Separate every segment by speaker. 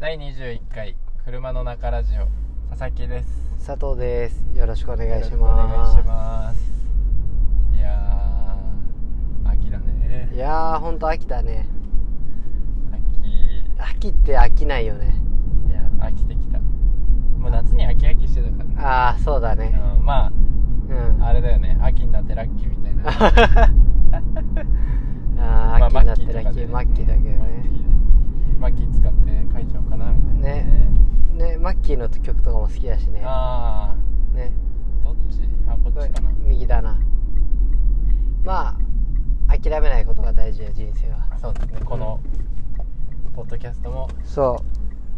Speaker 1: 第21回車の中ラジオ佐々木です
Speaker 2: 佐藤ですよろしくお願いし
Speaker 1: よろしくお願いし
Speaker 2: ま
Speaker 1: ますいやー秋だね
Speaker 2: すいやーほんと秋だね
Speaker 1: 秋い
Speaker 2: 秋って飽きないよね
Speaker 1: や飽きてきたもう夏に飽き飽きしてたからね
Speaker 2: ああそうだね
Speaker 1: うん、ま
Speaker 2: う
Speaker 1: あ
Speaker 2: ん
Speaker 1: あれだよね秋になってラッキーみたいな
Speaker 2: あー秋になってラッキー
Speaker 1: マ
Speaker 2: マ
Speaker 1: ッキ
Speaker 2: ッキ
Speaker 1: ー
Speaker 2: ー
Speaker 1: と
Speaker 2: だ
Speaker 1: か
Speaker 2: け
Speaker 1: で
Speaker 2: どね
Speaker 1: マッキーマッキー使って書いちゃおうかなみたいな
Speaker 2: ねねマッキーの曲とかも好きだしね
Speaker 1: あ
Speaker 2: ね
Speaker 1: あどっちあこっちかな
Speaker 2: 右だなまあ諦めないことが大事よ人生は
Speaker 1: あそうですねこのポッドキャストも
Speaker 2: そ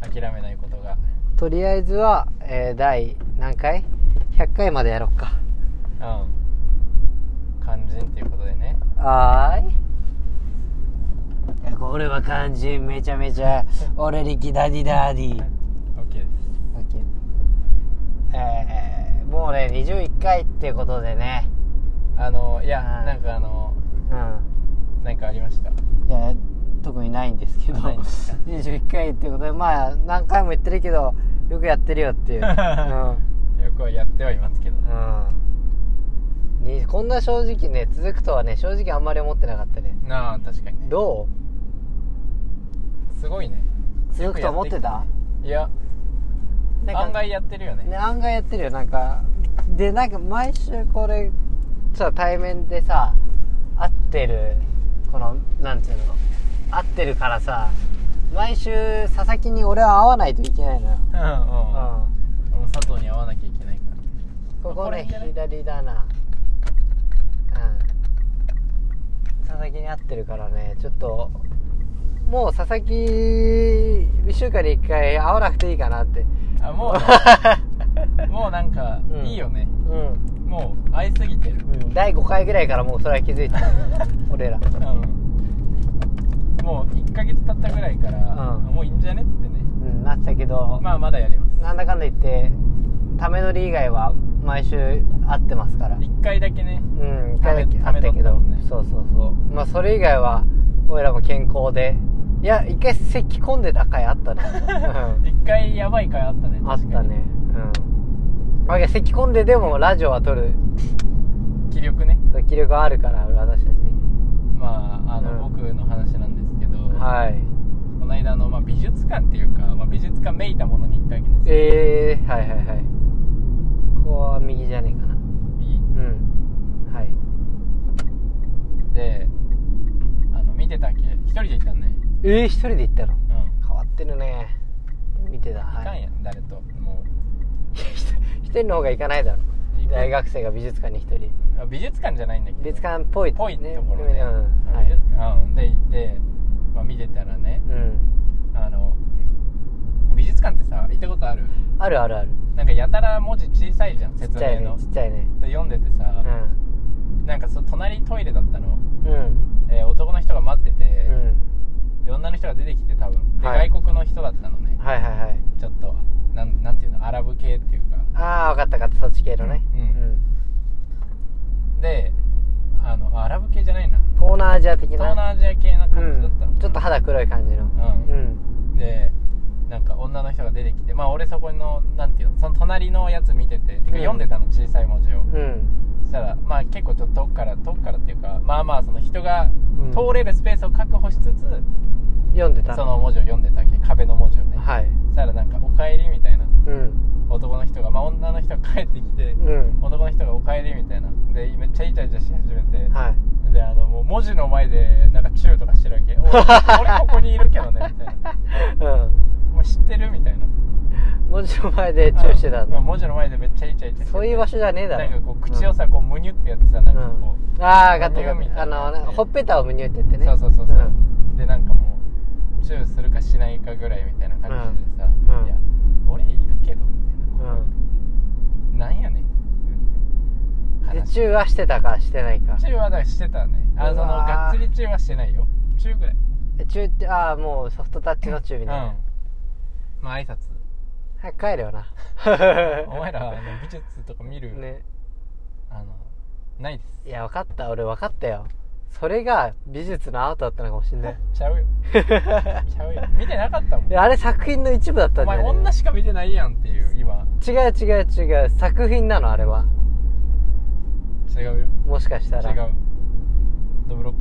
Speaker 1: 諦めないことが
Speaker 2: うとりあえずは、えー第何回 ?100 回までやろっか
Speaker 1: うん肝心っていうことでね
Speaker 2: はーいいやこれは肝心めちゃめちゃ俺力ダディダディ
Speaker 1: OK です
Speaker 2: えー、もうね21回ってことでね
Speaker 1: あのいや
Speaker 2: はい
Speaker 1: なんかあの
Speaker 2: う
Speaker 1: なんかありました
Speaker 2: んいや特にないんですけど
Speaker 1: ないんですか
Speaker 2: 21回ってことでまあ何回も言ってるけどよくやってる よっていう、うん
Speaker 1: よくはやってはいますけど
Speaker 2: うんにこんな正直ね続くとはね正直あんまり思ってなかったね
Speaker 1: なあ確かにね
Speaker 2: ど
Speaker 1: すごいね
Speaker 2: う続くと思ってた
Speaker 1: いや
Speaker 2: なんか
Speaker 1: 案外やってるよ
Speaker 2: ね
Speaker 1: ね
Speaker 2: 案外やってるよなんかでなんか毎週これさ対面でさ会ってるこのなんていうの会ってるからさ毎週佐々木に俺は会わないといけないのよ、
Speaker 1: うんうん
Speaker 2: うん、
Speaker 1: 俺も佐藤に会わなきゃいけないから
Speaker 2: ここ
Speaker 1: これいい
Speaker 2: ね
Speaker 1: んじゃない
Speaker 2: 左だなうん佐々木に会ってるからねちょっともう佐々木1週間に1回会わなくていいかなって
Speaker 1: あも うもうなんか
Speaker 2: うん
Speaker 1: いいよね、
Speaker 2: うん
Speaker 1: もう会いすぎてる
Speaker 2: うん第5回ぐらいからもうそれは気づい てた俺ら
Speaker 1: うんもう1ヶ月経ったぐらいから、
Speaker 2: うん
Speaker 1: もういいんじゃねってね
Speaker 2: うんなってたけど、
Speaker 1: まあまだやります
Speaker 2: なんだかんだ言ってため取り以外は毎週会ってますから
Speaker 1: 1回だけね
Speaker 2: うん一回だけ
Speaker 1: ため
Speaker 2: 会った
Speaker 1: ため取
Speaker 2: け
Speaker 1: ったも
Speaker 2: ど
Speaker 1: んね
Speaker 2: そうそうそうまあそれ以外は俺らも健康でいや一回咳込んでた回あったね、
Speaker 1: 1回やばい回あったね
Speaker 2: うん、あったねうんあいや咳込んででもラジオは撮る
Speaker 1: 気力ね
Speaker 2: そう気力はあるから私たち
Speaker 1: まああの、
Speaker 2: うん
Speaker 1: 僕の話なんですけど、
Speaker 2: はい
Speaker 1: この間あの、まあ、美術館っていうか、まあ、美術館めいたものに行ったわけですよ
Speaker 2: ええー、はいはいはいここは右じゃねえかなうんはい
Speaker 1: であの見てたっけ一人で行ったんね
Speaker 2: ええ一人で行ったの
Speaker 1: うん、
Speaker 2: 変わってるね見てた
Speaker 1: いか
Speaker 2: は
Speaker 1: ん
Speaker 2: い
Speaker 1: やん誰とも
Speaker 2: 一人の方が行かないだろ
Speaker 1: う行く
Speaker 2: 大学生が美術館に一人
Speaker 1: あ美術館じゃないんだけど
Speaker 2: 美術館っぽい
Speaker 1: ぽいところね、
Speaker 2: うん
Speaker 1: 美
Speaker 2: はい
Speaker 1: 術館、うんで行って、まあ、見てたらね
Speaker 2: うん
Speaker 1: あの美術館ってさ行ったことある
Speaker 2: あるあるある
Speaker 1: なんかやたら文字小さいじゃん
Speaker 2: ちっ
Speaker 1: 説
Speaker 2: ちゃい
Speaker 1: 明
Speaker 2: ね
Speaker 1: の
Speaker 2: ちっちゃいね
Speaker 1: で読んでてさ、なんかそ隣トイレだったの、
Speaker 2: うんうん
Speaker 1: えー男の人が待ってて、
Speaker 2: うん
Speaker 1: で女の人が出てきて多分で、
Speaker 2: はい
Speaker 1: 外国の人だったのね
Speaker 2: はいはいはい
Speaker 1: ちょっとなんなんていうのアラブ系っていうか
Speaker 2: ああ分かった分かったそっち系のね
Speaker 1: うんであのアラブ系じゃないな
Speaker 2: 東南アジア的な
Speaker 1: 東南アジア系な感じだったの、
Speaker 2: うんちょっと肌黒い感じの
Speaker 1: うん
Speaker 2: うん
Speaker 1: でなんか女の人が出てきてまあ俺そこのなんていうのその隣のやつ見てててか読んでたの小さい文字を、
Speaker 2: うん
Speaker 1: そしたらまあ結構ちょっと遠くから遠くからっていうかまあまあその人が
Speaker 2: うん
Speaker 1: 通れるスペースを確保しつつ、
Speaker 2: 読んでた
Speaker 1: その文字を読んでたわけ壁の文字をね、
Speaker 2: はい
Speaker 1: そしたらなんか「おかえり」みたいな
Speaker 2: うん
Speaker 1: 男の人がまあ女の人が帰ってきて、
Speaker 2: うん
Speaker 1: 男の人が「おかえり」みたいなでめっちゃイチャイチャし始めて、
Speaker 2: はい
Speaker 1: であのもう文字の前でなんかチューとかしてるわけ 俺俺ここにいるけどねみたいな
Speaker 2: う
Speaker 1: 「お前知ってる?」みたいなん
Speaker 2: 文字の前でチューしてたん
Speaker 1: う
Speaker 2: だ
Speaker 1: ん文字の前でめっちゃイチャイチャしてて
Speaker 2: そういう場所じゃねえだろ
Speaker 1: なんかこう口をさ、こうむにゅってやってさなんかこ
Speaker 2: うん、ああ分かった
Speaker 1: むにゅみた
Speaker 2: 分かっ
Speaker 1: い
Speaker 2: たあ
Speaker 1: な
Speaker 2: のなほっぺたをむにゅってって
Speaker 1: う、
Speaker 2: ね
Speaker 1: そうそうそうそう、
Speaker 2: ん
Speaker 1: でなんかもうチューするかしないかぐらいみたいな感じでさ「
Speaker 2: うんうん
Speaker 1: いや俺いるけど」みたいな、なんやねん
Speaker 2: うん、で
Speaker 1: 話
Speaker 2: チューはしてたかしてないか
Speaker 1: チューはだからしてたねあ
Speaker 2: う
Speaker 1: その
Speaker 2: わー
Speaker 1: がっつりチューはしてないよチューぐらい
Speaker 2: チューってああもうソフトタッチのチューみたいな、
Speaker 1: うんまあ挨拶
Speaker 2: 早く帰れよな
Speaker 1: お前らあの美術とか見る、
Speaker 2: ね
Speaker 1: あのないです
Speaker 2: いや分かった俺分かったよそれが美術のアートだったのかもしんない
Speaker 1: ちゃ うよちゃうよ見てなかったもん
Speaker 2: いやあれ作品の一部だった
Speaker 1: お
Speaker 2: んだ
Speaker 1: 前
Speaker 2: よ、ね
Speaker 1: 女、しか見てないやんっていう今
Speaker 2: 違う違う違う作品なのあれは
Speaker 1: 違うよ
Speaker 2: もしかしたら
Speaker 1: 違うドブロック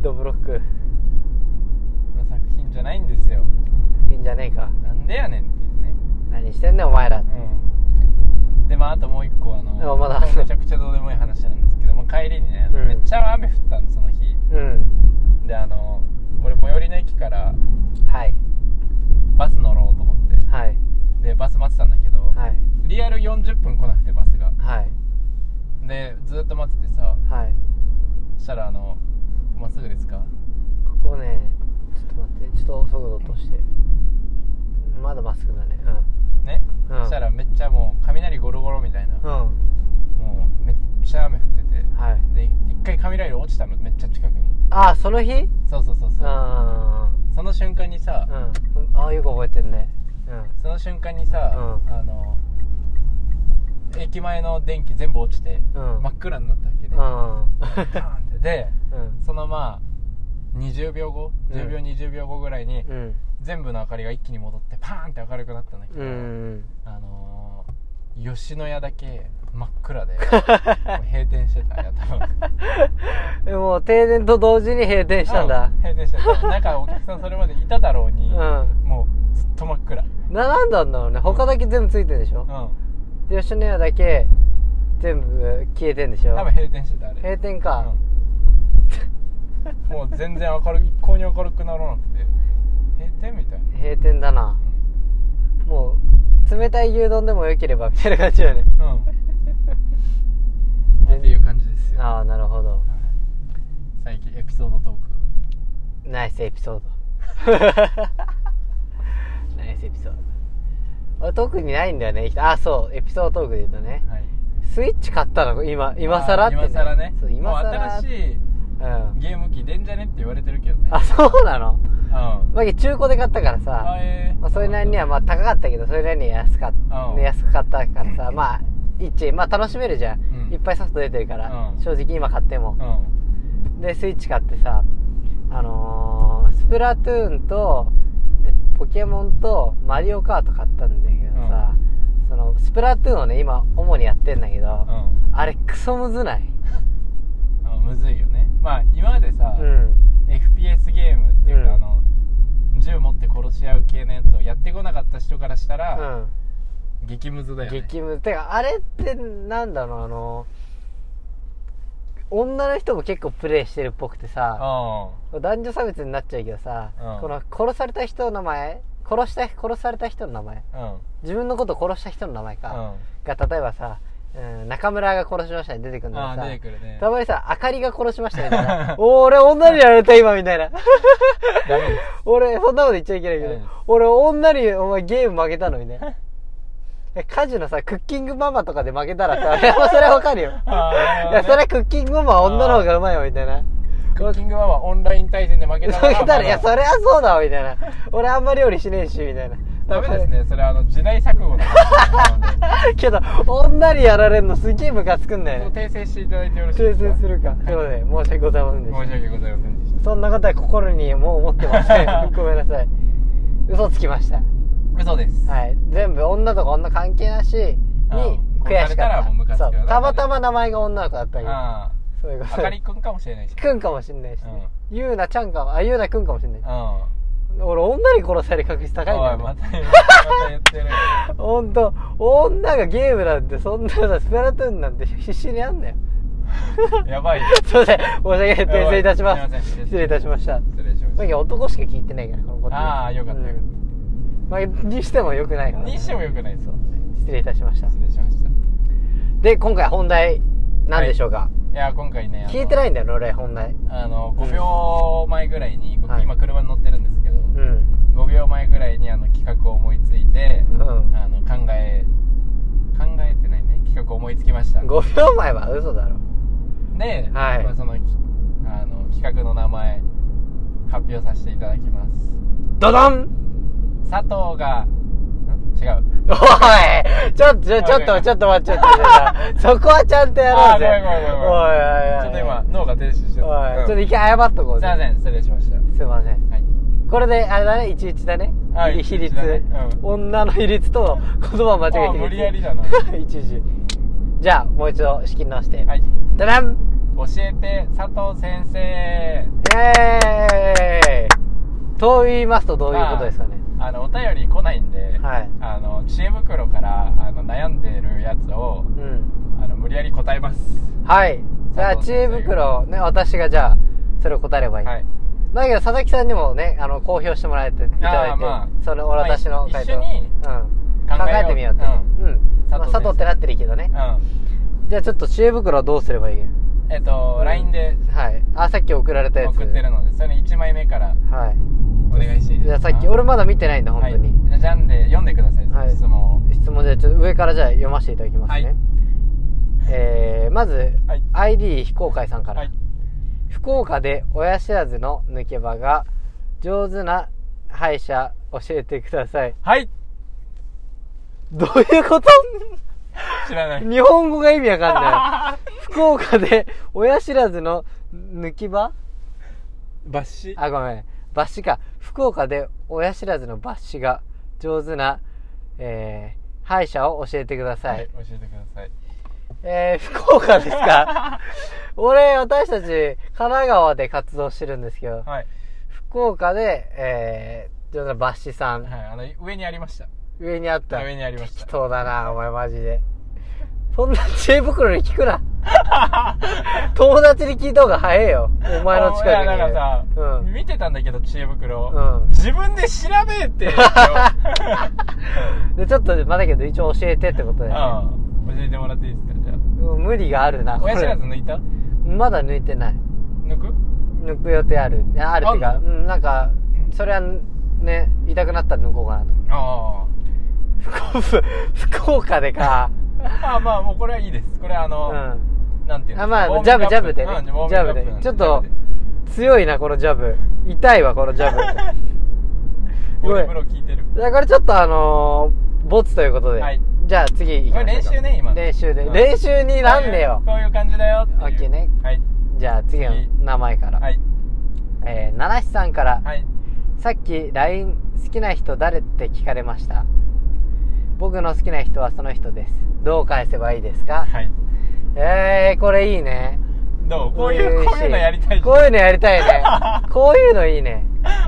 Speaker 2: ドブロック
Speaker 1: の作品じゃないんですよ
Speaker 2: いいんじゃねえか
Speaker 1: なんでやねんっていうね
Speaker 2: 何してんねんお前ら
Speaker 1: うんでまああともう一個あの
Speaker 2: でもまだ
Speaker 1: これめちゃくちゃどうでもいい話なんですけど、まあ、帰りにね、あの
Speaker 2: うん
Speaker 1: めっちゃ雨降ったんですその日
Speaker 2: うん
Speaker 1: であの俺最寄りの駅から
Speaker 2: はい
Speaker 1: バス乗ろうと思って
Speaker 2: はい
Speaker 1: でバス待ってたんだけど、
Speaker 2: はい
Speaker 1: リアル40分来なくてバスが
Speaker 2: はい
Speaker 1: でずっと待っててさ
Speaker 2: はい
Speaker 1: そしたらあのまっすぐですか
Speaker 2: ここねちょっと待ってちょっと速度落としてまだまっすぐだね
Speaker 1: ね、
Speaker 2: うん
Speaker 1: そしたらめっちゃもう雷ゴロゴロみたいな、
Speaker 2: うんうん
Speaker 1: もうめっちゃ雨降ってて
Speaker 2: はい
Speaker 1: で一回雷落ちたのめっちゃ近くに
Speaker 2: ああその日
Speaker 1: そうそうそう
Speaker 2: う
Speaker 1: そ
Speaker 2: んう
Speaker 1: うんその瞬間にさ、
Speaker 2: うんああよく覚えてんねうん
Speaker 1: その瞬間にさ、
Speaker 2: う
Speaker 1: あの駅前の電気全部落ちて、
Speaker 2: うん
Speaker 1: 真っ暗になったわけで、
Speaker 2: う
Speaker 1: パ
Speaker 2: ん
Speaker 1: ーンってで
Speaker 2: うん
Speaker 1: そのまあ20秒後
Speaker 2: うん
Speaker 1: 10秒20秒後ぐらいに、
Speaker 2: うん
Speaker 1: 全部の明かりが一気に戻ってパーンって明るくなったんだけど、
Speaker 2: うん
Speaker 1: あのー吉野家だけ真っ暗 でもう閉店してたよ多分
Speaker 2: えもう停電と同時に閉店したんだ
Speaker 1: うん閉店してた多分なんかお客さんそれまでいただろう
Speaker 2: う
Speaker 1: に、
Speaker 2: んな
Speaker 1: もうずっと真っ暗
Speaker 2: なんだんだろうね他だけ全部ついてんでしょ
Speaker 1: うん
Speaker 2: で吉野家だけ全部消えてんでしょ
Speaker 1: 多分閉店してたあれ
Speaker 2: 閉店か、
Speaker 1: うんもう全然明るい一向に明るくならなくて閉店みたいな、
Speaker 2: 閉店だなもう冷たい牛丼でもよければみたいな感じよね
Speaker 1: うん、っていう感じですよ、はい
Speaker 2: ああなるほど
Speaker 1: 最近エピソードトーク
Speaker 2: ナイスエピソード ナイスエピソード俺特にないんだよねあそうエピソードトークで言うとね
Speaker 1: はい
Speaker 2: スイッチ買ったの今今更って、
Speaker 1: あ今更ね
Speaker 2: そう今更
Speaker 1: もう新しい
Speaker 2: うん
Speaker 1: ゲーム機出んじゃねって言われてるけどね
Speaker 2: あそうな
Speaker 1: う
Speaker 2: の
Speaker 1: ん
Speaker 2: まあ中古で買ったからさ
Speaker 1: あえー
Speaker 2: まあ、それなりにはまあ高かったけどそれなりに安かっ
Speaker 1: うん
Speaker 2: 安かったからさまあ一まあ楽しめるじゃん、
Speaker 1: うん
Speaker 2: いっぱいソフト出てるから、
Speaker 1: うん
Speaker 2: 正直今買っても
Speaker 1: う、ん
Speaker 2: でスイッチ買ってさあのースプラトゥーンとえポケモンとマリオカート買ったんだけどさ、そのスプラトゥーンをね今主にやってんだけど
Speaker 1: う、ん
Speaker 2: あれクソむずない
Speaker 1: あむずいよねまあ今までさ、
Speaker 2: うん
Speaker 1: FPS ゲームっていうか、
Speaker 2: うん
Speaker 1: あの銃持って殺し合う系のやつをやってこなかった人からした
Speaker 2: う
Speaker 1: ら、
Speaker 2: ん
Speaker 1: 激ムズだよね
Speaker 2: 激ムズてかあれってなんだろうあの女の人も結構プレイしてるっぽくてさ
Speaker 1: あ
Speaker 2: 男女差別になっちゃうけどさ、
Speaker 1: うん
Speaker 2: この殺された人の名前殺した殺された人の名前
Speaker 1: あうん
Speaker 2: 自分のことを殺した人の名前か、
Speaker 1: うん
Speaker 2: が例えばさ、うん、中村が殺しましたに出てくるんだ
Speaker 1: あ
Speaker 2: け
Speaker 1: あ
Speaker 2: ど
Speaker 1: 出て
Speaker 2: さ
Speaker 1: くるね
Speaker 2: たまにさ、あかりが殺しましたみた いな。おー俺、女にやられた今、みたいな。
Speaker 1: ダメで
Speaker 2: 俺、そんなこと言っちゃいけないけど、
Speaker 1: うん
Speaker 2: 俺、女に、お前、ゲーム負けたのみ たいな。え家事のさ、クッキングママとかで負けたらさ、いやそれはわかるよ。い
Speaker 1: あー
Speaker 2: や、それはクッキングママは女の方がうまいよ、みたいな。
Speaker 1: すクッキングママオンライン対戦で負け
Speaker 2: 負け
Speaker 1: たから
Speaker 2: たら、いや、そ
Speaker 1: れ
Speaker 2: れはそうだわ、みたいな。俺、あんま料理しねえし、みたいな。
Speaker 1: ダメですねそれあの時代錯 誤の話なので
Speaker 2: けど、女にやられるのすげえムカつくんだよね。
Speaker 1: 訂正していただいてよろしいで
Speaker 2: 訂
Speaker 1: すか
Speaker 2: 正するか。ということで、申し訳ございませんで
Speaker 1: 申し
Speaker 2: し。
Speaker 1: 訳ございませんでした
Speaker 2: そんなことは心にもう思ってません。ごめんなさい。嘘つきました。
Speaker 1: た嘘です、
Speaker 2: はい、全部女とか女関係なしに
Speaker 1: うん
Speaker 2: 悔し
Speaker 1: こうされた
Speaker 2: から
Speaker 1: もうム
Speaker 2: っ
Speaker 1: カ
Speaker 2: た
Speaker 1: つく
Speaker 2: そ
Speaker 1: よ
Speaker 2: うたまたま名前が女の子だったり
Speaker 1: あ
Speaker 2: そういうこ
Speaker 1: あ
Speaker 2: と
Speaker 1: あかりくんかもしれないし
Speaker 2: くんかもしんないしねゆうなちゃんかもあゆうなくんかもしんない
Speaker 1: うんお
Speaker 2: 俺女に殺される確率高いんだ
Speaker 1: い
Speaker 2: よ、
Speaker 1: ま
Speaker 2: ね、
Speaker 1: た言うまた言ってる
Speaker 2: ほんと女がゲームなんてそんなさスプラトゥーンなんて必死にやんなよ
Speaker 1: やばい
Speaker 2: すいません申し訳ない 訂正いたし
Speaker 1: やば
Speaker 2: ま
Speaker 1: いすいますせん
Speaker 2: 失礼いたしました
Speaker 1: 失礼しま
Speaker 2: まあい
Speaker 1: し
Speaker 2: や男しか聞いてないからこのこと
Speaker 1: ああよかったよかった
Speaker 2: まあにしてもよくないか
Speaker 1: た
Speaker 2: らね
Speaker 1: にしてもよくないです
Speaker 2: そう失礼いたしました
Speaker 1: 失礼しましたい
Speaker 2: で今回本題何でしょうか、
Speaker 1: や今回ねあの
Speaker 2: 聞いてないんだよ俺本題
Speaker 1: あの5秒前ぐらいに、
Speaker 2: はい
Speaker 1: 今車に乗ってるんですけど、
Speaker 2: うん
Speaker 1: 5秒前ぐらいにあの企画を思いついて、
Speaker 2: うん
Speaker 1: あの考え考えてないね企画を思いつきましたで、
Speaker 2: 5秒前は嘘だろはい
Speaker 1: まあ、そのきあの企画の名前発表させていただきます
Speaker 2: ドドン
Speaker 1: 佐藤がん違う
Speaker 2: おいちょっと、ちょちょっと、ちょっと待って、ちょっと、そこはちゃんとやろ
Speaker 1: あ
Speaker 2: う
Speaker 1: ー
Speaker 2: ぜ。
Speaker 1: ごめんごめんごめんごめん
Speaker 2: おいおいお
Speaker 1: ち
Speaker 2: い。
Speaker 1: ょっと今脳が停止してた
Speaker 2: おい、
Speaker 1: うん
Speaker 2: ちょっと一回謝っとこう
Speaker 1: すいま
Speaker 2: ぜ。
Speaker 1: せん失礼しました
Speaker 2: すいません。
Speaker 1: はい
Speaker 2: これで、あれだね、11だね。
Speaker 1: あ
Speaker 2: 比
Speaker 1: 11
Speaker 2: 率、
Speaker 1: だねうん
Speaker 2: 女の比率と言葉間違え
Speaker 1: あ
Speaker 2: 比率。
Speaker 1: 無理やり だな
Speaker 2: 11。じゃあ、もう一度仕切り直して。
Speaker 1: はい
Speaker 2: ダダン
Speaker 1: 教えて佐藤先生
Speaker 2: イエーイと言いますとどういうことですかね。
Speaker 1: あのお便り来ないんで、
Speaker 2: はい
Speaker 1: あの知恵袋からあの悩んでるやつを
Speaker 2: うん。
Speaker 1: あの無理やり答えます
Speaker 2: はい。じゃあ、
Speaker 1: 佐藤
Speaker 2: 知
Speaker 1: 先生
Speaker 2: 恵袋をね、私がじゃあ、それを答えればいい。
Speaker 1: はい
Speaker 2: だけど、佐々木さんにもね、あの、公表してもらえて、いただい
Speaker 1: あー
Speaker 2: て、
Speaker 1: まあ
Speaker 2: その、俺
Speaker 1: まあ
Speaker 2: 私の回答。
Speaker 1: 一緒に
Speaker 2: うん、考
Speaker 1: 考えよう
Speaker 2: えてみようって。
Speaker 1: う
Speaker 2: うん。ま
Speaker 1: 佐藤
Speaker 2: あ
Speaker 1: 先生
Speaker 2: 佐藤ってなってるけどね
Speaker 1: う。ん
Speaker 2: じゃあ、ちょっと知恵袋はどうすればいいの
Speaker 1: えっと、LINE で
Speaker 2: はい。あ、さっき送られたやつ。
Speaker 1: 送ってるのでそれ1枚目から
Speaker 2: はい。
Speaker 1: お願いしていい
Speaker 2: じ
Speaker 1: で
Speaker 2: ゃあ、
Speaker 1: す
Speaker 2: さ
Speaker 1: か
Speaker 2: っき、俺まだ見てないんだ、本当に。
Speaker 1: はい、じゃあじゃんで読んでください、
Speaker 2: はい
Speaker 1: 質問を
Speaker 2: 質問じゃあちょっと上からじゃあ読ませていただきますね、
Speaker 1: はい
Speaker 2: えーまず、
Speaker 1: はい
Speaker 2: ID 非公開さんから、
Speaker 1: はい
Speaker 2: 福岡で親知らずの抜け歯が上手な歯医者教えてくだ さい
Speaker 1: はい
Speaker 2: どういうこと
Speaker 1: 知らない
Speaker 2: 日本語が意味わかんない 福岡で親知らずの抜き歯
Speaker 1: 抜歯
Speaker 2: あごめん抜歯か福岡で親知らずの抜歯が上手な、えー歯医者を教えてください
Speaker 1: 教えてください
Speaker 2: えー、福岡です か俺、私たち、神奈川で活動してるんですけど、
Speaker 1: はい、
Speaker 2: 福岡で、えー、ちょっとバッシさん、
Speaker 1: はい、あの上にありました
Speaker 2: 上にあった。
Speaker 1: 上にありました
Speaker 2: 適当だな、お前マジで。そんな知恵袋に聞 くな。友達に聞いた方が早えよ。お前の近く
Speaker 1: い
Speaker 2: に。
Speaker 1: やだからさ、
Speaker 2: うん。
Speaker 1: 見てたんだけど知恵袋を、
Speaker 2: うん
Speaker 1: 自分で調べて よ
Speaker 2: で、ちょっと、まあだけど、一応教えてってことで、ね。
Speaker 1: うん教えてもらっていいですかじゃ
Speaker 2: もう無理があるな。
Speaker 1: あ親知らず
Speaker 2: こ
Speaker 1: 抜いた
Speaker 2: れまだ抜いてない。
Speaker 1: 抜く
Speaker 2: 抜く予定あるいやあるっていうか
Speaker 1: あん
Speaker 2: うんなんかそれはね痛くなったら抜こうかなと
Speaker 1: あ
Speaker 2: 福岡福岡でか
Speaker 1: ああまあもうこれはいいですこれはあ
Speaker 2: う
Speaker 1: の、
Speaker 2: ん
Speaker 1: なんていうの
Speaker 2: あまあジャブジャブでねジャブでちょっと強いなこのジャブ痛いわこのジャ ブ
Speaker 1: ゴールプロ聞いてる
Speaker 2: じゃあこれちょっとあのー、ボツということで、
Speaker 1: はい
Speaker 2: じゃあ次行きましょうか
Speaker 1: これ練習ね今の
Speaker 2: 練習で、
Speaker 1: うん
Speaker 2: 練習になんねよ
Speaker 1: こういうこういう感じだよっていう
Speaker 2: オッケーね
Speaker 1: はい
Speaker 2: じゃあ次の名前から、
Speaker 1: はい
Speaker 2: えー、七七さんから、
Speaker 1: はい
Speaker 2: さっき LINE 好きな人誰って聞かれました僕の好きな人はその人ですどう返せばいいですか、
Speaker 1: はい
Speaker 2: えー、これいいね
Speaker 1: どうこういうこういうのやりたい
Speaker 2: こういうのやりたいね こういうのいいね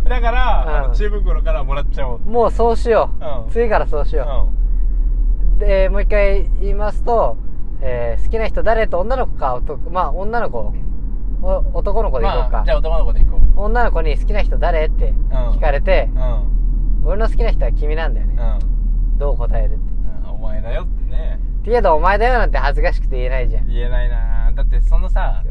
Speaker 1: だから、あ
Speaker 2: うん
Speaker 1: の知恵袋からもらっちゃおう
Speaker 2: もうそうしよう、
Speaker 1: うん
Speaker 2: 次からそうし
Speaker 1: う
Speaker 2: よう、でもう一回言いますと、えー好きな人誰と女の子か男まあ女の子お男の子
Speaker 1: ん
Speaker 2: でいこうか、
Speaker 1: まあ、じゃあ男の子でいこう
Speaker 2: 女の子に好きな人誰って聞かれて
Speaker 1: う、ん
Speaker 2: 俺の好きな人は君なんだよね、
Speaker 1: う
Speaker 2: どう答えるって
Speaker 1: ん、お前だよってね
Speaker 2: けどお前だよなんて恥ずかしくて言えないじゃん。
Speaker 1: 言えないなだってそのさ
Speaker 2: う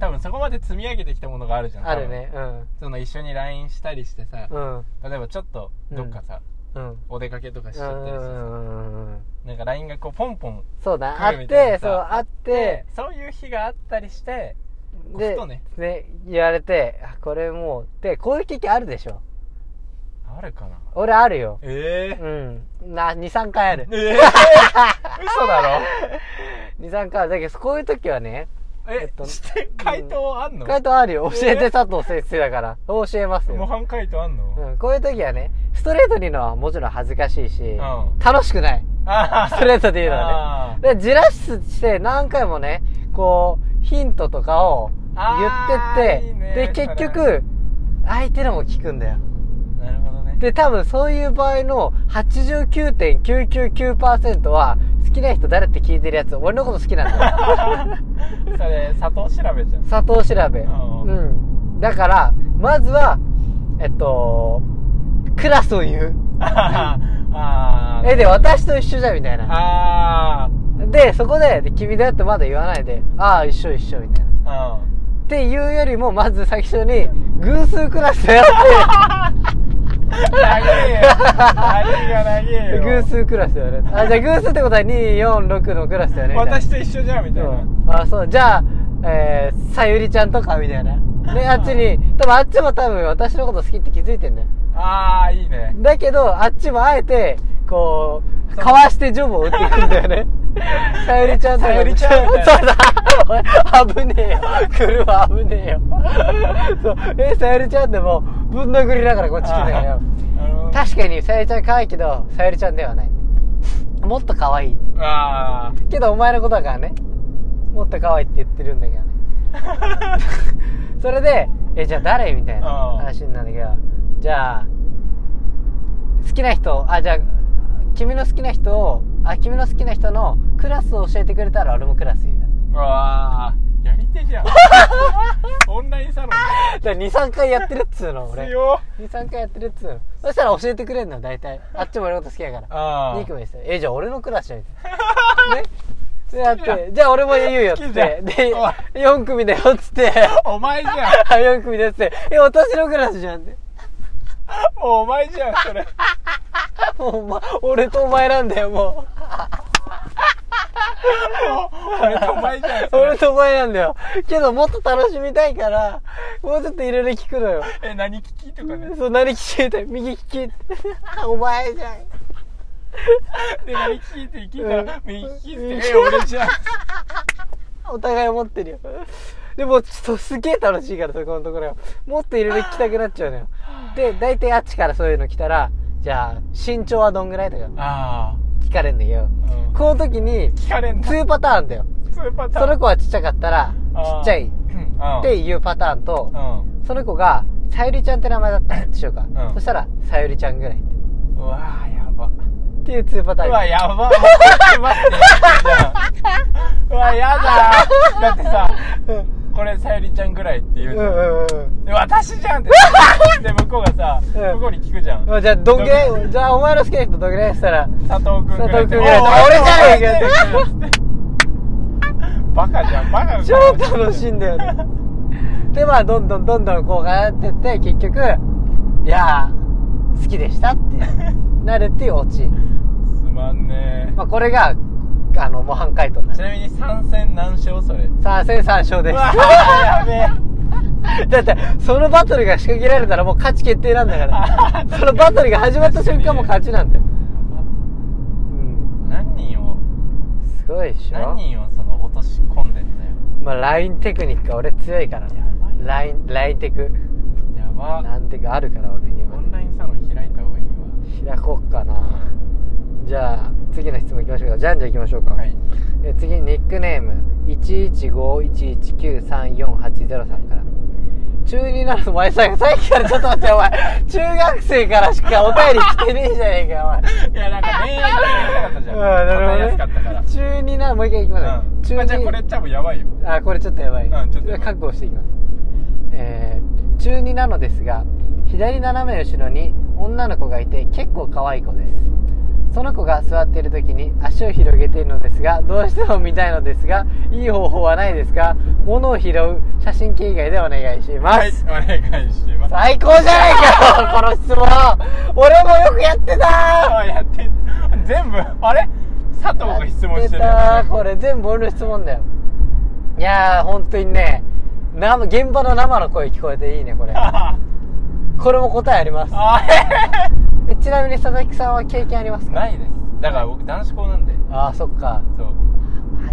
Speaker 1: 多分そこまで積み上げてきたものがあるじゃ
Speaker 2: ん。
Speaker 1: ん
Speaker 2: あるね。うん。
Speaker 1: 多分その一緒に LINE したりしてさ、
Speaker 2: うん。
Speaker 1: 例えばちょっとどっかさ、
Speaker 2: うん。
Speaker 1: お出かけとかしちゃったりしてさ、
Speaker 2: うん。
Speaker 1: なんか LINE がこうポンポン
Speaker 2: そうだ、あ
Speaker 1: 来る
Speaker 2: っ
Speaker 1: みたい
Speaker 2: て
Speaker 1: な、
Speaker 2: そう、
Speaker 1: さ
Speaker 2: あって、
Speaker 1: そういう日があったりしてこうふ
Speaker 2: で
Speaker 1: とね、
Speaker 2: ね、言われて、あこれもう、で、こういう経験あるでしょ
Speaker 1: あるかな
Speaker 2: 俺あ るよ。
Speaker 1: え
Speaker 2: う
Speaker 1: え
Speaker 2: ん。な、2、3回ある。
Speaker 1: ええ 嘘だろ
Speaker 2: 2、3回ある。だけど、こういう時はね、
Speaker 1: え、
Speaker 2: えっと
Speaker 1: して回答あんの、
Speaker 2: 回答あるよ。
Speaker 1: え
Speaker 2: 教えて佐藤先生 だから。教えます
Speaker 1: 模
Speaker 2: よ。
Speaker 1: 範回答あんの、
Speaker 2: うん。こういう時はね、ストレートに言うのはもちろん恥ずかしいし、
Speaker 1: ん
Speaker 2: 楽しくない。
Speaker 1: あ
Speaker 2: ストレートで言うのは
Speaker 1: あ
Speaker 2: ね。で、じらして何回もね、こう、ヒントとかを言って
Speaker 1: あーいいね
Speaker 2: って、で、
Speaker 1: それ
Speaker 2: 結局、相手のも聞くんだよ。
Speaker 1: なるほどね
Speaker 2: で、多分そういう場合の89.999%は、好きな人誰って聞いてるやつ、俺のこと好きなんだよ。
Speaker 1: それ砂糖調べじゃん
Speaker 2: 砂糖調べ。
Speaker 1: あ
Speaker 2: う
Speaker 1: ー
Speaker 2: ん。だから、まずは、えっと、クラスを言う。
Speaker 1: ああ
Speaker 2: え、で、私と一緒じゃんみたいな。
Speaker 1: あ
Speaker 2: で、そこで、で君だよってまだ言わないで、ああ、一緒一緒みたいな。っ
Speaker 1: あ
Speaker 2: ていうよりも、まず最初に、偶数クラスやっ
Speaker 1: うん長えよ何が長え
Speaker 2: て、
Speaker 1: よ
Speaker 2: 偶数クラスやれ。あ、じゃあ偶数ってことは2、4、6のクラスだよね。みたいな
Speaker 1: 私と一緒じゃんみたいな、
Speaker 2: うんあ、そう、じゃあ、えー、さゆりちゃんとかみたいな。ね、あっちに、多分あっちも多分私のこと好きって気づいてんだよ。
Speaker 1: ああいいね
Speaker 2: だけど、あっちもあえて、こう、
Speaker 1: そう
Speaker 2: かわしてジョブを打ってくるんだよ ね。さゆりちゃんとか
Speaker 1: さゆりちゃんみたいな
Speaker 2: そうだ。おい危ねえよ。車危ねえよ。そう。え、さゆりちゃんでも、ぶん殴りながらこっち来たよ。
Speaker 1: あの
Speaker 2: 確かにさゆりちゃん可愛いけど、さゆりちゃんではない。もっと可愛い。
Speaker 1: ああ
Speaker 2: けどお前のことだからねもっと可愛いって言ってるんだけどね それで「えじゃあ誰?」みたいな
Speaker 1: うん
Speaker 2: 話になるんだけどじゃあ好きな人あじゃあ君の好きな人をあ君の好きな人のクラスを教えてくれたら俺もクラスいるよ
Speaker 1: うわあやり手じゃんオンラインサロン
Speaker 2: だから23回やってるっつうの
Speaker 1: だ
Speaker 2: 俺
Speaker 1: 強
Speaker 2: 23回やってるっつうのそしたら教えてくれんの大体あっちも俺のこと好きやから
Speaker 1: あ
Speaker 2: ニ
Speaker 1: あ
Speaker 2: クも言ってたよえ、じゃあ俺のクラスじゃん。ね。 で、やって、じゃあ俺も言うよっつっ
Speaker 1: 好きじゃ
Speaker 2: て。
Speaker 1: ん
Speaker 2: で
Speaker 1: おい、
Speaker 2: 4組だよっつって。
Speaker 1: お前じゃん
Speaker 2: 4組だっつって。え、私のクラスじゃんって。
Speaker 1: お前じゃんそれ
Speaker 2: もうお前、俺とお前なんだよ、も
Speaker 1: 俺とお前じゃん
Speaker 2: う。
Speaker 1: それ
Speaker 2: 俺とお前なんだよ。けど、もっと楽しみたいから、もうちょっといろいろ聞くのよ。
Speaker 1: え何聞きとかね
Speaker 2: そう、何聞いて、右利き。 お前じゃん。
Speaker 1: で何聞いて聞いたら
Speaker 2: うん
Speaker 1: 右利きってえ俺じゃん
Speaker 2: お互い思ってるよ。でも、ちょっとすげえ楽しいから、そこのところよ。もっといろいろ聞きたくなっちゃうのよ。で、大体あっちからそういうの来たら、じゃあ、身長はどんぐらいとか
Speaker 1: あ
Speaker 2: 聞かれんだけ
Speaker 1: あ
Speaker 2: ど、
Speaker 1: うん
Speaker 2: この時に、
Speaker 1: 聞かれんの
Speaker 2: 2パターンだよ。
Speaker 1: スーパータ
Speaker 2: そ
Speaker 1: ー
Speaker 2: の子はちっちゃかったら、ち
Speaker 1: あー
Speaker 2: っちゃいっ
Speaker 1: ン
Speaker 2: ていうパターンと
Speaker 1: う、んうん
Speaker 2: その子が、さゆりちゃんって名前だったでしょうか。
Speaker 1: うん
Speaker 2: そしたら、さゆりちゃんぐらい。っ
Speaker 1: うわーやば
Speaker 2: ていう2パターン。
Speaker 1: うわやば待って待ってうわやだだってさこれさゆりちゃんぐらいって言う
Speaker 2: う
Speaker 1: んじ
Speaker 2: う
Speaker 1: ゃん
Speaker 2: んうんうん。
Speaker 1: で私じゃんってで向こうがさ
Speaker 2: うん
Speaker 1: 向こうに聞くじゃん
Speaker 2: まあじゃあ、どんぐらい、じゃあ、お前の好きな人どんぐらいって言ったら、
Speaker 1: 佐藤君ぐらい
Speaker 2: 佐藤君ぐらい俺じゃねえか
Speaker 1: んってバカじゃんバカ
Speaker 2: 超楽しいんだよねでまあどんどんどんどんこうやってって結局いやー好きでしたってなるっていうオチ、
Speaker 1: すまんね
Speaker 2: まあ、これがあの模範解答だ
Speaker 1: ちなみに参戦何勝それ
Speaker 2: さあ千三勝で
Speaker 1: うわやべ え
Speaker 2: すだってそのバトルが仕掛けられたらもう勝ち決定なんだからそのバトルが始まった瞬間もう勝ちなんだよ、うん、
Speaker 1: 何人を
Speaker 2: すごいでしょ
Speaker 1: 何人をその落とし込んでんだよ
Speaker 2: まあ LINE テクニックは俺強いから
Speaker 1: やばい
Speaker 2: LINE, LINE テク
Speaker 1: やば
Speaker 2: なんてかあるから俺には
Speaker 1: オンラインサロン開いた方がいい
Speaker 2: 開こうかなじゃあ次の質問いきましょうかじゃんじゃんいきましょうか、
Speaker 1: わはい
Speaker 2: え次ニックネーム11511934803から中2なのお前ささっきからちょっと待ってお前中学生からしかお便り来てねえじゃねえかよお
Speaker 1: い
Speaker 2: 前
Speaker 1: やなんか恋愛がやりたかったじゃん答えやすかったから
Speaker 2: 中2なのもう一回いきます、
Speaker 1: うん
Speaker 2: 中
Speaker 1: あじゃあこれ多分やばいよ
Speaker 2: あこれちょっとやばい、
Speaker 1: うんちょっとやばい
Speaker 2: 覚悟していきますえー、中2なのですが左斜め後ろに女の子がいて結構可愛い子ですその子が座っている時に足を広げているのですがどうしても見たいのですがいい方法はないですか物を拾う写真機以外でお願いします、
Speaker 1: はいお願いします
Speaker 2: 最高じゃないかよこの質問俺もよくやってた
Speaker 1: あやって全部あれ佐藤が質問してる
Speaker 2: やってたこれ全部俺の質問だよいやー本当にね生現場の生の声聞こえていいね これ
Speaker 1: あ
Speaker 2: これも答えあります
Speaker 1: あ
Speaker 2: えちなみに佐々木さんは経験ありますか
Speaker 1: ないですだから僕男子校なんで
Speaker 2: ああそっか
Speaker 1: そう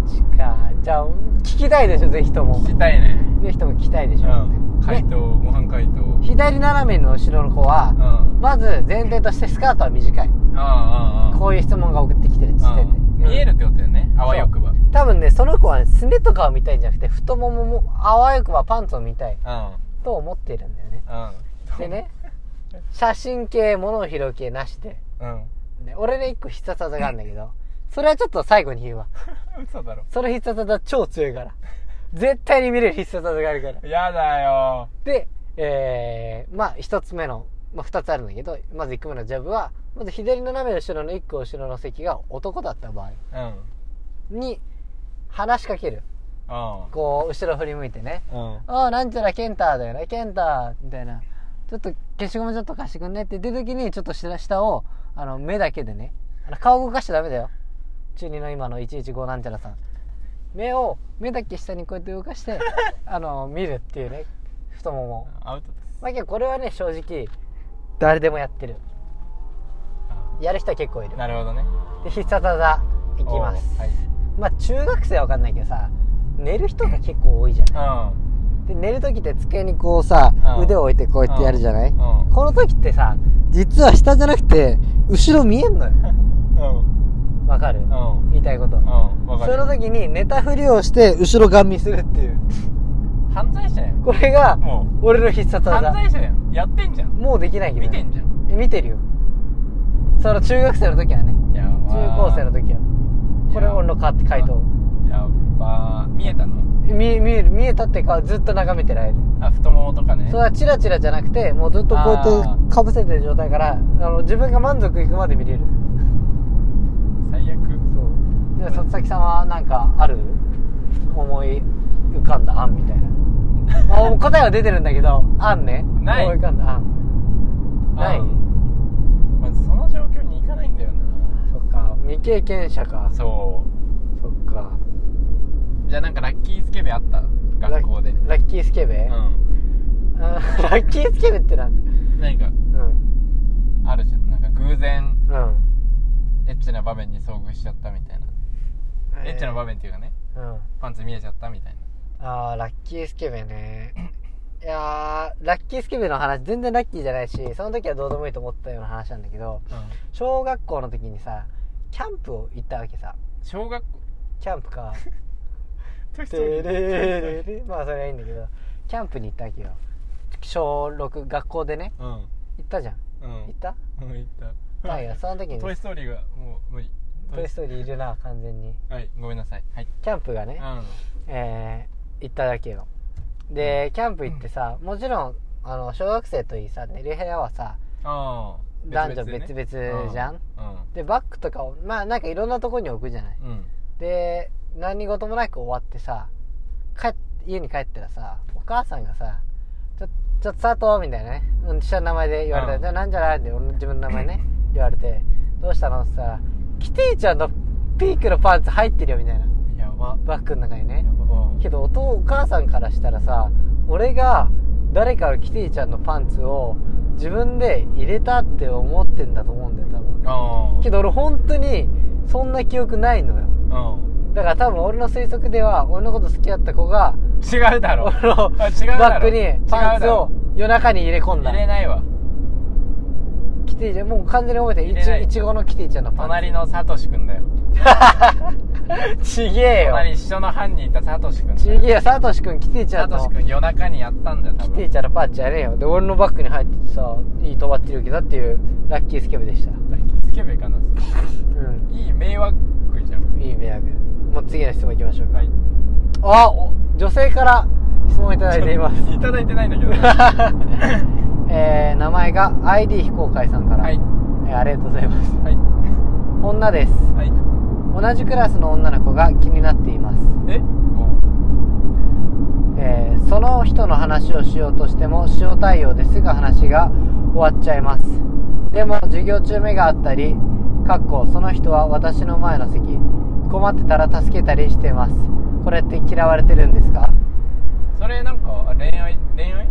Speaker 2: マジかじゃあ聞きたいでしょぜひとも
Speaker 1: 聞きたいね
Speaker 2: ぜひとも聞きたいで
Speaker 1: う
Speaker 2: しょ、
Speaker 1: ん回答模範回答うん
Speaker 2: 左斜めの後ろの子は、
Speaker 1: あ
Speaker 2: まず前提としてスカートは短い
Speaker 1: あああ
Speaker 2: こういう質問が送ってきてる時
Speaker 1: ああ
Speaker 2: 点で、
Speaker 1: 見えるってことだよねあわよくばう
Speaker 2: 多分ねその子はすねとかを見たいんじゃなくて太もももあわよくばパンツを見たい
Speaker 1: ん
Speaker 2: と思っているんだよね
Speaker 1: うん
Speaker 2: でね写真系物を拾う系なしで
Speaker 1: うん
Speaker 2: で俺ね一個必殺技があるんだけどそれはちょっと最後に言うわ
Speaker 1: 嘘だろ
Speaker 2: その必殺技超強いから。絶対に見れる必殺技があるから。
Speaker 1: やだよ
Speaker 2: で、えー、まあ一つ目の、まあ二つあるんだけど、まず一個目のジャブは、まず左斜め後ろの一個後ろの席が男だった場合
Speaker 1: うんうん
Speaker 2: に、話しかける。こう、後ろ振り向いてね。
Speaker 1: うん
Speaker 2: ああ、なんちゃらケンタだよね、ケンタみたいな。ちょっと消しゴムちょっと貸してくんねって言ってる時に、ちょっと下下を、あの、目だけでね。あの顔動かしちゃダメだよ。中二の今の115なんちゃらさん。目を、目だけ下にこうやって動かして、 あの、見るっていうね、太ももを。
Speaker 1: アウトです
Speaker 2: まあ、けどこれはね、正直、誰でもやってる。やる人は結構いる
Speaker 1: なるほどね
Speaker 2: で必殺技いきます
Speaker 1: おーはい
Speaker 2: まあ中学生は分かんないけどさ寝る人が結構多いじゃないで寝る時って机にこうさ、
Speaker 1: うん
Speaker 2: 腕を置いてこうやってやるじゃない、
Speaker 1: うんうん
Speaker 2: この時ってさ実は下じゃなくて後ろ見えんのよ
Speaker 1: うん
Speaker 2: わかる、
Speaker 1: ん
Speaker 2: 言いたいこと、
Speaker 1: うんわか
Speaker 2: そ
Speaker 1: る
Speaker 2: の時に寝たふりをして後ろガン見するっていう
Speaker 1: 犯罪者やん
Speaker 2: これが
Speaker 1: もう
Speaker 2: 俺の必殺
Speaker 1: 犯
Speaker 2: 技
Speaker 1: 罪者やんやってんじゃん
Speaker 2: もうできないけど
Speaker 1: 見
Speaker 2: ね、
Speaker 1: てんじゃん
Speaker 2: え見てるよその中学生の時はね
Speaker 1: やば
Speaker 2: 中
Speaker 1: ー
Speaker 2: 高生の時はこれ
Speaker 1: やば
Speaker 2: 俺のか回答
Speaker 1: やっばー見えたの
Speaker 2: 見見える見えたっていうかずっと眺めてられる
Speaker 1: あ太ももとかね
Speaker 2: それはチラチラじゃなくてもうずっとこうや
Speaker 1: あ
Speaker 2: ってかぶせてる状態からあの自分が満足いくまで見れる
Speaker 1: 最悪
Speaker 2: そうで佐々木さんはなんかある思い浮かんだ案みたい なあもう答えは出てるんだけど案ね
Speaker 1: ない
Speaker 2: 思い浮かんだ案ない
Speaker 1: うんまずその状況に行かないんだよな
Speaker 2: そっか未経験者か
Speaker 1: そ
Speaker 2: そっか
Speaker 1: うじゃあなんかラッキースケベあった学校でう
Speaker 2: ラッキースケベ、うん、
Speaker 1: ん
Speaker 2: ラッキースケベってなんだよ
Speaker 1: 何か
Speaker 2: うん
Speaker 1: あるじゃんなんか偶然
Speaker 2: うん
Speaker 1: エッチな場面に遭遇しちゃったみたいな、エッチな場面っていうかね
Speaker 2: うん
Speaker 1: パンツ見えちゃったみたい
Speaker 2: ああラッキースケベねいやーラッキースケベの話全然ラッキーじゃないしその時はどうでもいいと思ったような話なんだけど
Speaker 1: な、
Speaker 2: 小学校の時にさキャンプを行ったわけさ
Speaker 1: 小学校
Speaker 2: キャンプ か
Speaker 1: トイス
Speaker 2: て
Speaker 1: トーリ
Speaker 2: れ
Speaker 1: ー
Speaker 2: れれまあそれはいいんだけどキャンプに行ったわけよ小6学校でね
Speaker 1: うん
Speaker 2: 行ったじゃん
Speaker 1: うん
Speaker 2: 行った
Speaker 1: うん行っ
Speaker 2: だよその時
Speaker 1: た
Speaker 2: に「
Speaker 1: トイ・
Speaker 2: ト
Speaker 1: ストーリーがもう無理
Speaker 2: イ・ストーリー」いるな完全に
Speaker 1: はいごめんなさいはい
Speaker 2: キャンプがね、えー行っただけよでキャンプ行ってさもちろんあの小学生といいさ寝る部屋はさ
Speaker 1: あー
Speaker 2: 男女
Speaker 1: でね
Speaker 2: 別々じゃん
Speaker 1: う
Speaker 2: でバッグとかをまあなんかいろんなとこに置くじゃない
Speaker 1: んうん
Speaker 2: で何事もなく終わってさ帰っ家に帰ったらさお母さんがさ「ちょちょっと佐藤」みたいなねうん下の名前で言われ
Speaker 1: う
Speaker 2: て「
Speaker 1: ん
Speaker 2: じゃあなんじゃない?」って俺の自分の名前ね 言われて「どうしたの?」ってさ「キティちゃんのピークのパンツ入ってるよ」みたいな
Speaker 1: やば
Speaker 2: バッグの中に
Speaker 1: や
Speaker 2: ね
Speaker 1: ばうん
Speaker 2: けどお父お母さんからしたらさ俺が誰かのキティちゃんのパンツを自分で入れたって思ってんだと思うんだよ多分
Speaker 1: あー
Speaker 2: けど俺本当にそんな記憶ないのよ
Speaker 1: うん
Speaker 2: だから多分俺の推測では俺のこと好きだった子が
Speaker 1: 違うだろ
Speaker 2: 俺のバ
Speaker 1: あ違うだろ
Speaker 2: ッグにパンツを夜中に入れ込んだ
Speaker 1: 入れないわ
Speaker 2: キティちゃんもう完全に覚え
Speaker 1: 入れな
Speaker 2: て
Speaker 1: い
Speaker 2: るいちいちごのキティちゃんのパンツ
Speaker 1: 隣のサトシくんだよ
Speaker 2: ちげえよ
Speaker 1: 隣一緒の班にいたサトシくん
Speaker 2: ち
Speaker 1: だよ
Speaker 2: げえよサトシ君キティちゃ
Speaker 1: サ
Speaker 2: ん
Speaker 1: ト
Speaker 2: の
Speaker 1: シくん夜中にやったんだよ多
Speaker 2: キテ
Speaker 1: 分
Speaker 2: ィちゃんのパンツじゃねえよで俺のバッグに入っててさいいとばってるけどっていうラッキースケベでした
Speaker 1: スケベかな
Speaker 2: う
Speaker 1: いい迷惑じゃん
Speaker 2: んいい迷惑もう次の質問いきましょうか、
Speaker 1: はい
Speaker 2: あお女性から質問いただいています
Speaker 1: いただいてないんだ けど
Speaker 2: えー、名前が ID 非公開さんから、
Speaker 1: はい
Speaker 2: えーありがとうございます
Speaker 1: はい
Speaker 2: 女です
Speaker 1: はい
Speaker 2: 同じクラスの女の子が気になっています、
Speaker 1: え
Speaker 2: えーその人の話をしようとしても塩対応ですぐ話が終わっちゃいますでも授業中目があったりかっこその人は私の前の席困ってたら助けたりしてますこれって嫌われてるんですか
Speaker 1: それなんかあ恋愛恋愛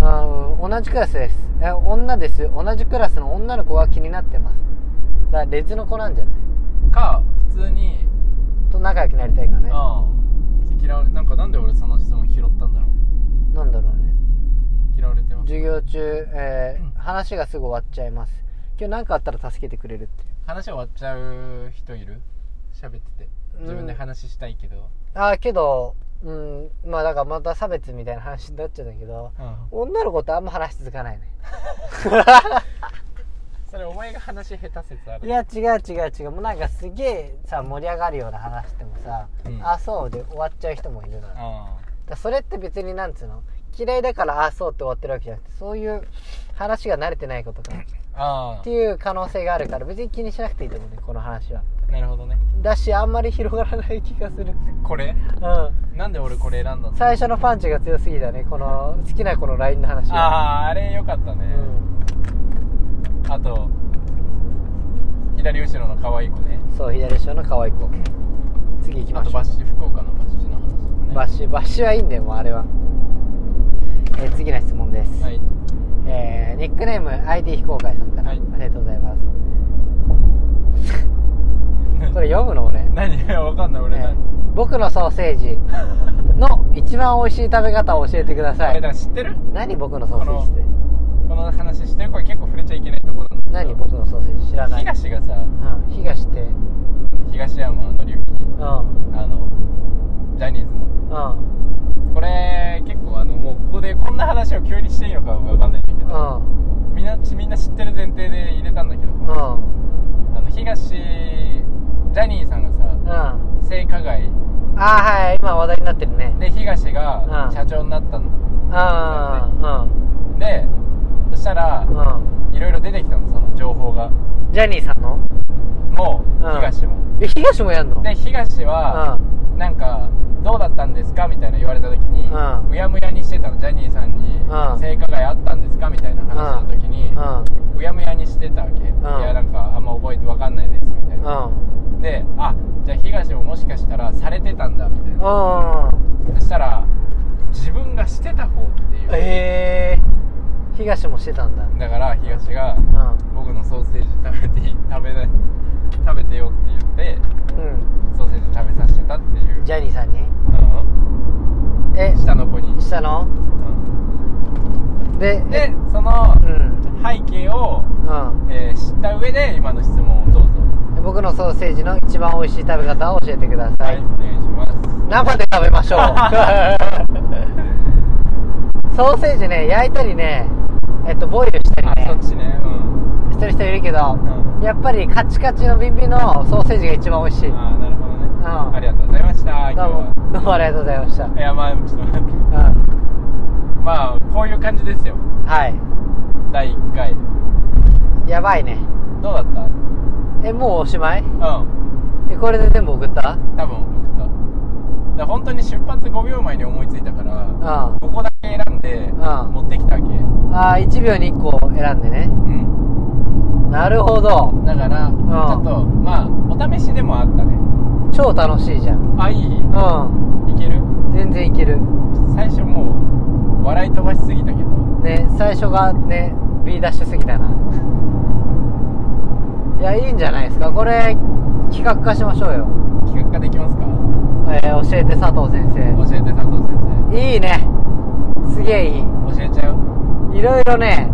Speaker 2: うん同じクラスですえ女です同じクラスの女の子が気になってますだからレズの子なんじゃない
Speaker 1: か普通に
Speaker 2: と仲良くなりたいからね
Speaker 1: ああ嫌われなんかなんで俺その質問拾ったんだろう
Speaker 2: なんだろうね
Speaker 1: 嫌われてます
Speaker 2: 授業中、えー
Speaker 1: うん
Speaker 2: 話がすぐ終わっちゃいます今日何かあったら助けてくれるって
Speaker 1: 話終わっちゃう人いる喋ってて
Speaker 2: うん
Speaker 1: 自分で話したいけど、
Speaker 2: ああけどうんまあだからまた差別みたいな話になっちゃうんだけど女の子とあんま話続かないね
Speaker 1: それお前が話下手説ある
Speaker 2: いや違う違う違うもうなんかすげえさ盛り上がるような話してもさ、
Speaker 1: うん
Speaker 2: あそうで終わっちゃう人もいるのよだか
Speaker 1: あ
Speaker 2: らそれって別になんつうの嫌いだからあそうって終わってるわけじゃなくてそういう話が慣れてないことかっ
Speaker 1: ああ
Speaker 2: ていう可能性があるから別に気にしなくていいと思うねこの話は
Speaker 1: あなるほどね
Speaker 2: だしあんまり広がらない気がする
Speaker 1: これ
Speaker 2: うん
Speaker 1: なんで俺これ選んだの
Speaker 2: 最初のパンチが強すぎたねこの好きな子の LINE の話
Speaker 1: あ
Speaker 2: は
Speaker 1: ああれよかったね、
Speaker 2: うん
Speaker 1: あと左後ろの可愛い子ね
Speaker 2: そう左下の可愛い子次行き
Speaker 1: あ
Speaker 2: まし
Speaker 1: と
Speaker 2: ょう
Speaker 1: バッシュ福岡のバッシュの話とかね
Speaker 2: バッシュバッシュはいいんだよもうあれは、えー次の質問です、
Speaker 1: はい
Speaker 2: えーニックネーム ID 非公開さんから、
Speaker 1: はい
Speaker 2: ありがとうございます読むの俺、
Speaker 1: 何 わかんない俺
Speaker 2: ね
Speaker 1: 何、
Speaker 2: 僕のソーセージ の一番美味しい食べ方を教えてくだ
Speaker 1: あ
Speaker 2: さ
Speaker 1: れ
Speaker 2: い
Speaker 1: だから知ってる
Speaker 2: 何僕のソーセージって
Speaker 1: この話してるこれ結構触れちゃいけないとこなんだけど
Speaker 2: 何僕のソーセージ知らない
Speaker 1: 東がさ
Speaker 2: うん、東って
Speaker 1: 東山紀之
Speaker 2: うん
Speaker 1: あのジャニーズの
Speaker 2: うん
Speaker 1: これ結構あのもうここでこんな話を急にしていいのかわかんないんだけ
Speaker 2: う
Speaker 1: ど、
Speaker 2: ん
Speaker 1: みんなみんな知ってる前提で入れたんだけど、
Speaker 2: うん
Speaker 1: あの東ジャニーさんがさ
Speaker 2: うんあ
Speaker 1: 性加害
Speaker 2: あーはい今話題になってるね
Speaker 1: で東
Speaker 2: う
Speaker 1: が
Speaker 2: ん
Speaker 1: 社長になったの、
Speaker 2: あ
Speaker 1: でそしたら
Speaker 2: ーうんうん
Speaker 1: いろいろ出てきたのその情報が
Speaker 2: ジャニーさんの
Speaker 1: もう
Speaker 2: うん
Speaker 1: 東も、
Speaker 2: え東もやんの
Speaker 1: で東は
Speaker 2: う
Speaker 1: なんかどうだったんですかみたいな言われた時に、
Speaker 2: うん
Speaker 1: うやむやにしてたのジャニーさんに
Speaker 2: うん
Speaker 1: 性加害あったんですかみたいな話の時に
Speaker 2: んうん
Speaker 1: うやむやにしてたわけ、いやなんかあんま覚えてわかんないですみたいな、
Speaker 2: う
Speaker 1: であじゃあ東ももしかしたらされてたんだみたい
Speaker 2: んう
Speaker 1: なんそしたら自分がしてた方っていう、
Speaker 2: ええー、東もしてたんだ
Speaker 1: だから東が
Speaker 2: う
Speaker 1: 僕のソーセージ食べていい食べない食べてよって言って
Speaker 2: んうん
Speaker 1: ソーセージ食べさせてたっていう
Speaker 2: ジャニーさんに
Speaker 1: うん
Speaker 2: え
Speaker 1: 下の子に、
Speaker 2: したの
Speaker 1: う
Speaker 2: で
Speaker 1: ん、でその
Speaker 2: うん
Speaker 1: 背景を、
Speaker 2: うん
Speaker 1: えー知った上で今の質問をどうぞ
Speaker 2: 僕のソーセージの一番美味しい食べ方を教えてくださ、
Speaker 1: はいい、お願いします
Speaker 2: 生で食べまし ょうソーセージね焼いたりねえっとボイルしたり
Speaker 1: あそ
Speaker 2: ね
Speaker 1: っちねうん
Speaker 2: してる人いるけど、
Speaker 1: うん
Speaker 2: やっぱりカチカチのビンビンのソーセージが一番美味しいどう
Speaker 1: あーなるほどね、ありがとうござい
Speaker 2: ん
Speaker 1: ました今日
Speaker 2: も
Speaker 1: は
Speaker 2: どうもありがとうございました、
Speaker 1: いやまあちょっと待って
Speaker 2: う
Speaker 1: まあこういう感じですよ
Speaker 2: ん、は
Speaker 1: 第1回
Speaker 2: いやばいね
Speaker 1: どうだった
Speaker 2: えもうおしまい
Speaker 1: うん
Speaker 2: えこれで全部送った
Speaker 1: 多分送っただから本当に出発5秒前に思いついたから、
Speaker 2: うんあ
Speaker 1: ここだけ選んで
Speaker 2: ん
Speaker 1: 持ってきたわけう
Speaker 2: あー1秒に1個選んでね
Speaker 1: ん
Speaker 2: なるほど
Speaker 1: だから、ちょっとまあお試しでもあったね
Speaker 2: 超楽しいじゃん
Speaker 1: あいい
Speaker 2: うん
Speaker 1: いける
Speaker 2: 全然いける
Speaker 1: 最初もう笑い飛ばしすぎたけど
Speaker 2: ね最初がね B ダッシュすぎた ないやいいんじゃないですかこれ企画化しましょうよ、
Speaker 1: 企画化できますか
Speaker 2: えー教えて佐藤先
Speaker 1: 教
Speaker 2: 生
Speaker 1: えて佐藤先
Speaker 2: いいねすげえい
Speaker 1: 生教えちゃう
Speaker 2: いいろいろね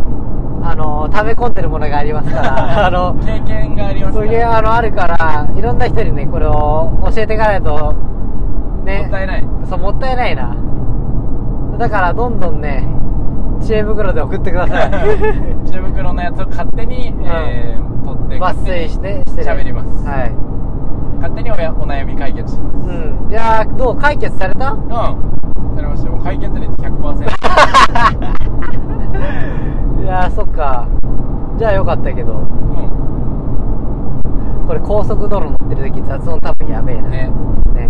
Speaker 2: あのー溜め込んでるものがありますからあの
Speaker 1: 経験があります
Speaker 2: そ
Speaker 1: か
Speaker 2: れ
Speaker 1: ら
Speaker 2: あのあるからいろんな人にねこれを教えていかないとね
Speaker 1: もったいない
Speaker 2: そうもったいないなだからどんどんね知恵袋で送ってくださ い
Speaker 1: 知恵袋のやつを勝手に、
Speaker 2: ん
Speaker 1: えー取って
Speaker 2: 抜
Speaker 1: 勝手
Speaker 2: 粋
Speaker 1: に
Speaker 2: してして
Speaker 1: 喋ります
Speaker 2: はい
Speaker 1: 勝手におやお悩み解決します
Speaker 2: うんいやーどう解決された
Speaker 1: うんされましたもう解決率100%
Speaker 2: いやーそっかじゃあよかったけど
Speaker 1: う
Speaker 2: これ高速道路乗ってる時雑音多分やべえなん
Speaker 1: ね
Speaker 2: ね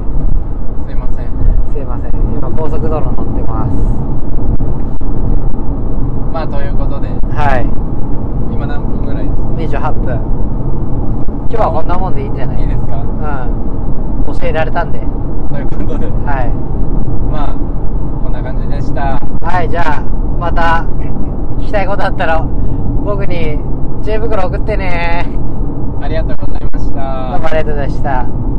Speaker 1: すいません
Speaker 2: すいません今高速道路乗ってます
Speaker 1: まあということで
Speaker 2: は
Speaker 1: 今何分ぐらいです
Speaker 2: い28分今日はこんなもんでいいんじゃな
Speaker 1: かいい
Speaker 2: い
Speaker 1: ですか
Speaker 2: うん教えられたんで
Speaker 1: ということで
Speaker 2: は
Speaker 1: まあこんな感じでした
Speaker 2: いはいじゃあまた聞きたいことあったら僕に知恵袋送ってね
Speaker 1: ありがとうございました
Speaker 2: どうもありがとうございました